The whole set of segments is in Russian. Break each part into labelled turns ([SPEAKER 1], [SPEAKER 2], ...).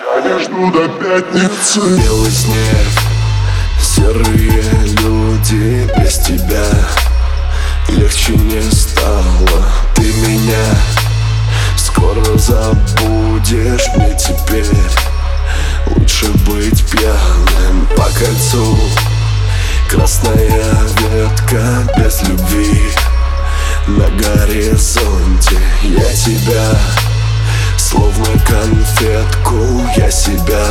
[SPEAKER 1] Я не жду до пятницы Белый снег, серые люди без тебя Легче не стало, ты меня Скоро забудешь мне теперь Лучше быть пьяным по кольцу Красная ветка без любви На горизонте я тебя Словно конфетку я себя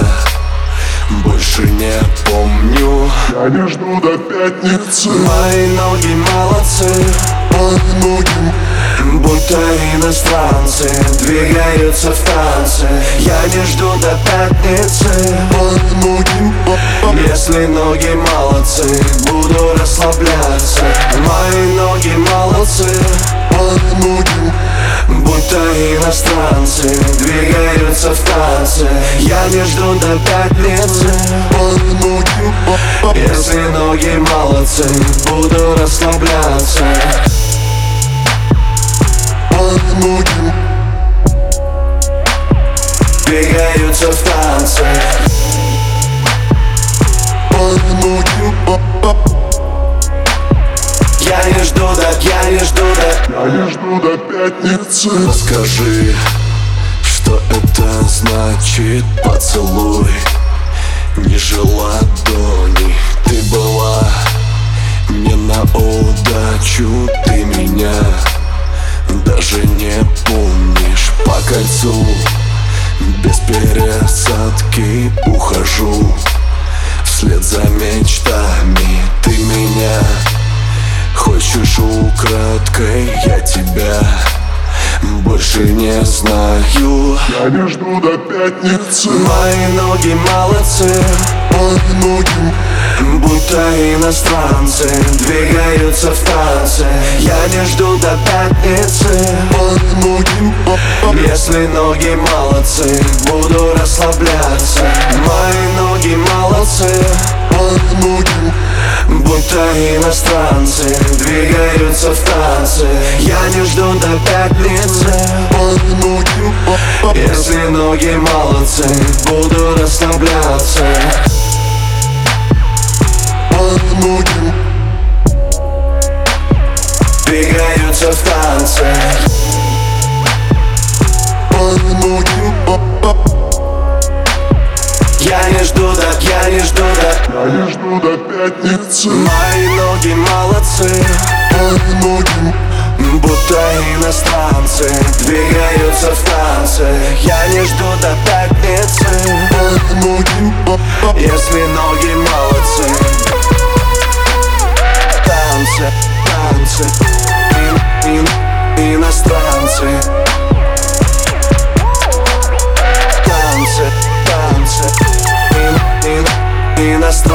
[SPEAKER 1] больше не помню
[SPEAKER 2] Я не жду до пятницы
[SPEAKER 1] Мои ноги молодцы,
[SPEAKER 2] Мои ноги
[SPEAKER 1] будто иностранцы Двигаются в танце, я не жду до пятницы
[SPEAKER 2] Мои ноги
[SPEAKER 1] Если ноги молодцы, буду расслабляться Мои ноги молодцы,
[SPEAKER 2] Мои ноги
[SPEAKER 1] будто иностранцы Двигаются в танце, я не жду до пятницы
[SPEAKER 2] Мои ноги
[SPEAKER 1] Если ноги молодцы, буду расслабляться
[SPEAKER 2] Мои ноги
[SPEAKER 1] Двигаются в танце
[SPEAKER 2] Мои ноги
[SPEAKER 1] Я не жду, да, я не жду, да
[SPEAKER 2] Я не жду до пятницы
[SPEAKER 1] Расскажи, что это значит поцелуй Ниже ладони ты была Не на удачу ты меня Даже не помнишь по кольцу Без пересадки ухожу Вслед за мечтами ты меня Хочешь украдкой я тебя Больше не знаю
[SPEAKER 2] Я не жду до пятницы
[SPEAKER 1] Мои ноги молодцы
[SPEAKER 2] Мои ноги
[SPEAKER 1] Будто иностранцы Двигаются в танце Я не жду до пятницы
[SPEAKER 2] Мои ноги
[SPEAKER 1] Если ноги молодцы Буду расслабляться Мои ноги молодцы
[SPEAKER 2] Мои ноги
[SPEAKER 1] Будто иностранцы двигаются в танце Я не жду до пятницы
[SPEAKER 2] Мои ноги
[SPEAKER 1] Если ноги молодцы, буду расслабляться
[SPEAKER 2] Мои ноги
[SPEAKER 1] Двигаются в танце
[SPEAKER 2] Мои ноги
[SPEAKER 1] Я не жду так, я не жду так
[SPEAKER 2] Я не жду до пятницы
[SPEAKER 1] Мои ноги молодцы,
[SPEAKER 2] Мои ноги
[SPEAKER 1] будто иностранцы Двигаются в танце Я не жду до пятницы
[SPEAKER 2] Мои ноги
[SPEAKER 1] Если ноги молодцы Танцы, танцы ин, ин, Иностранцы Танцы, танцы ин, ин, Иностранцы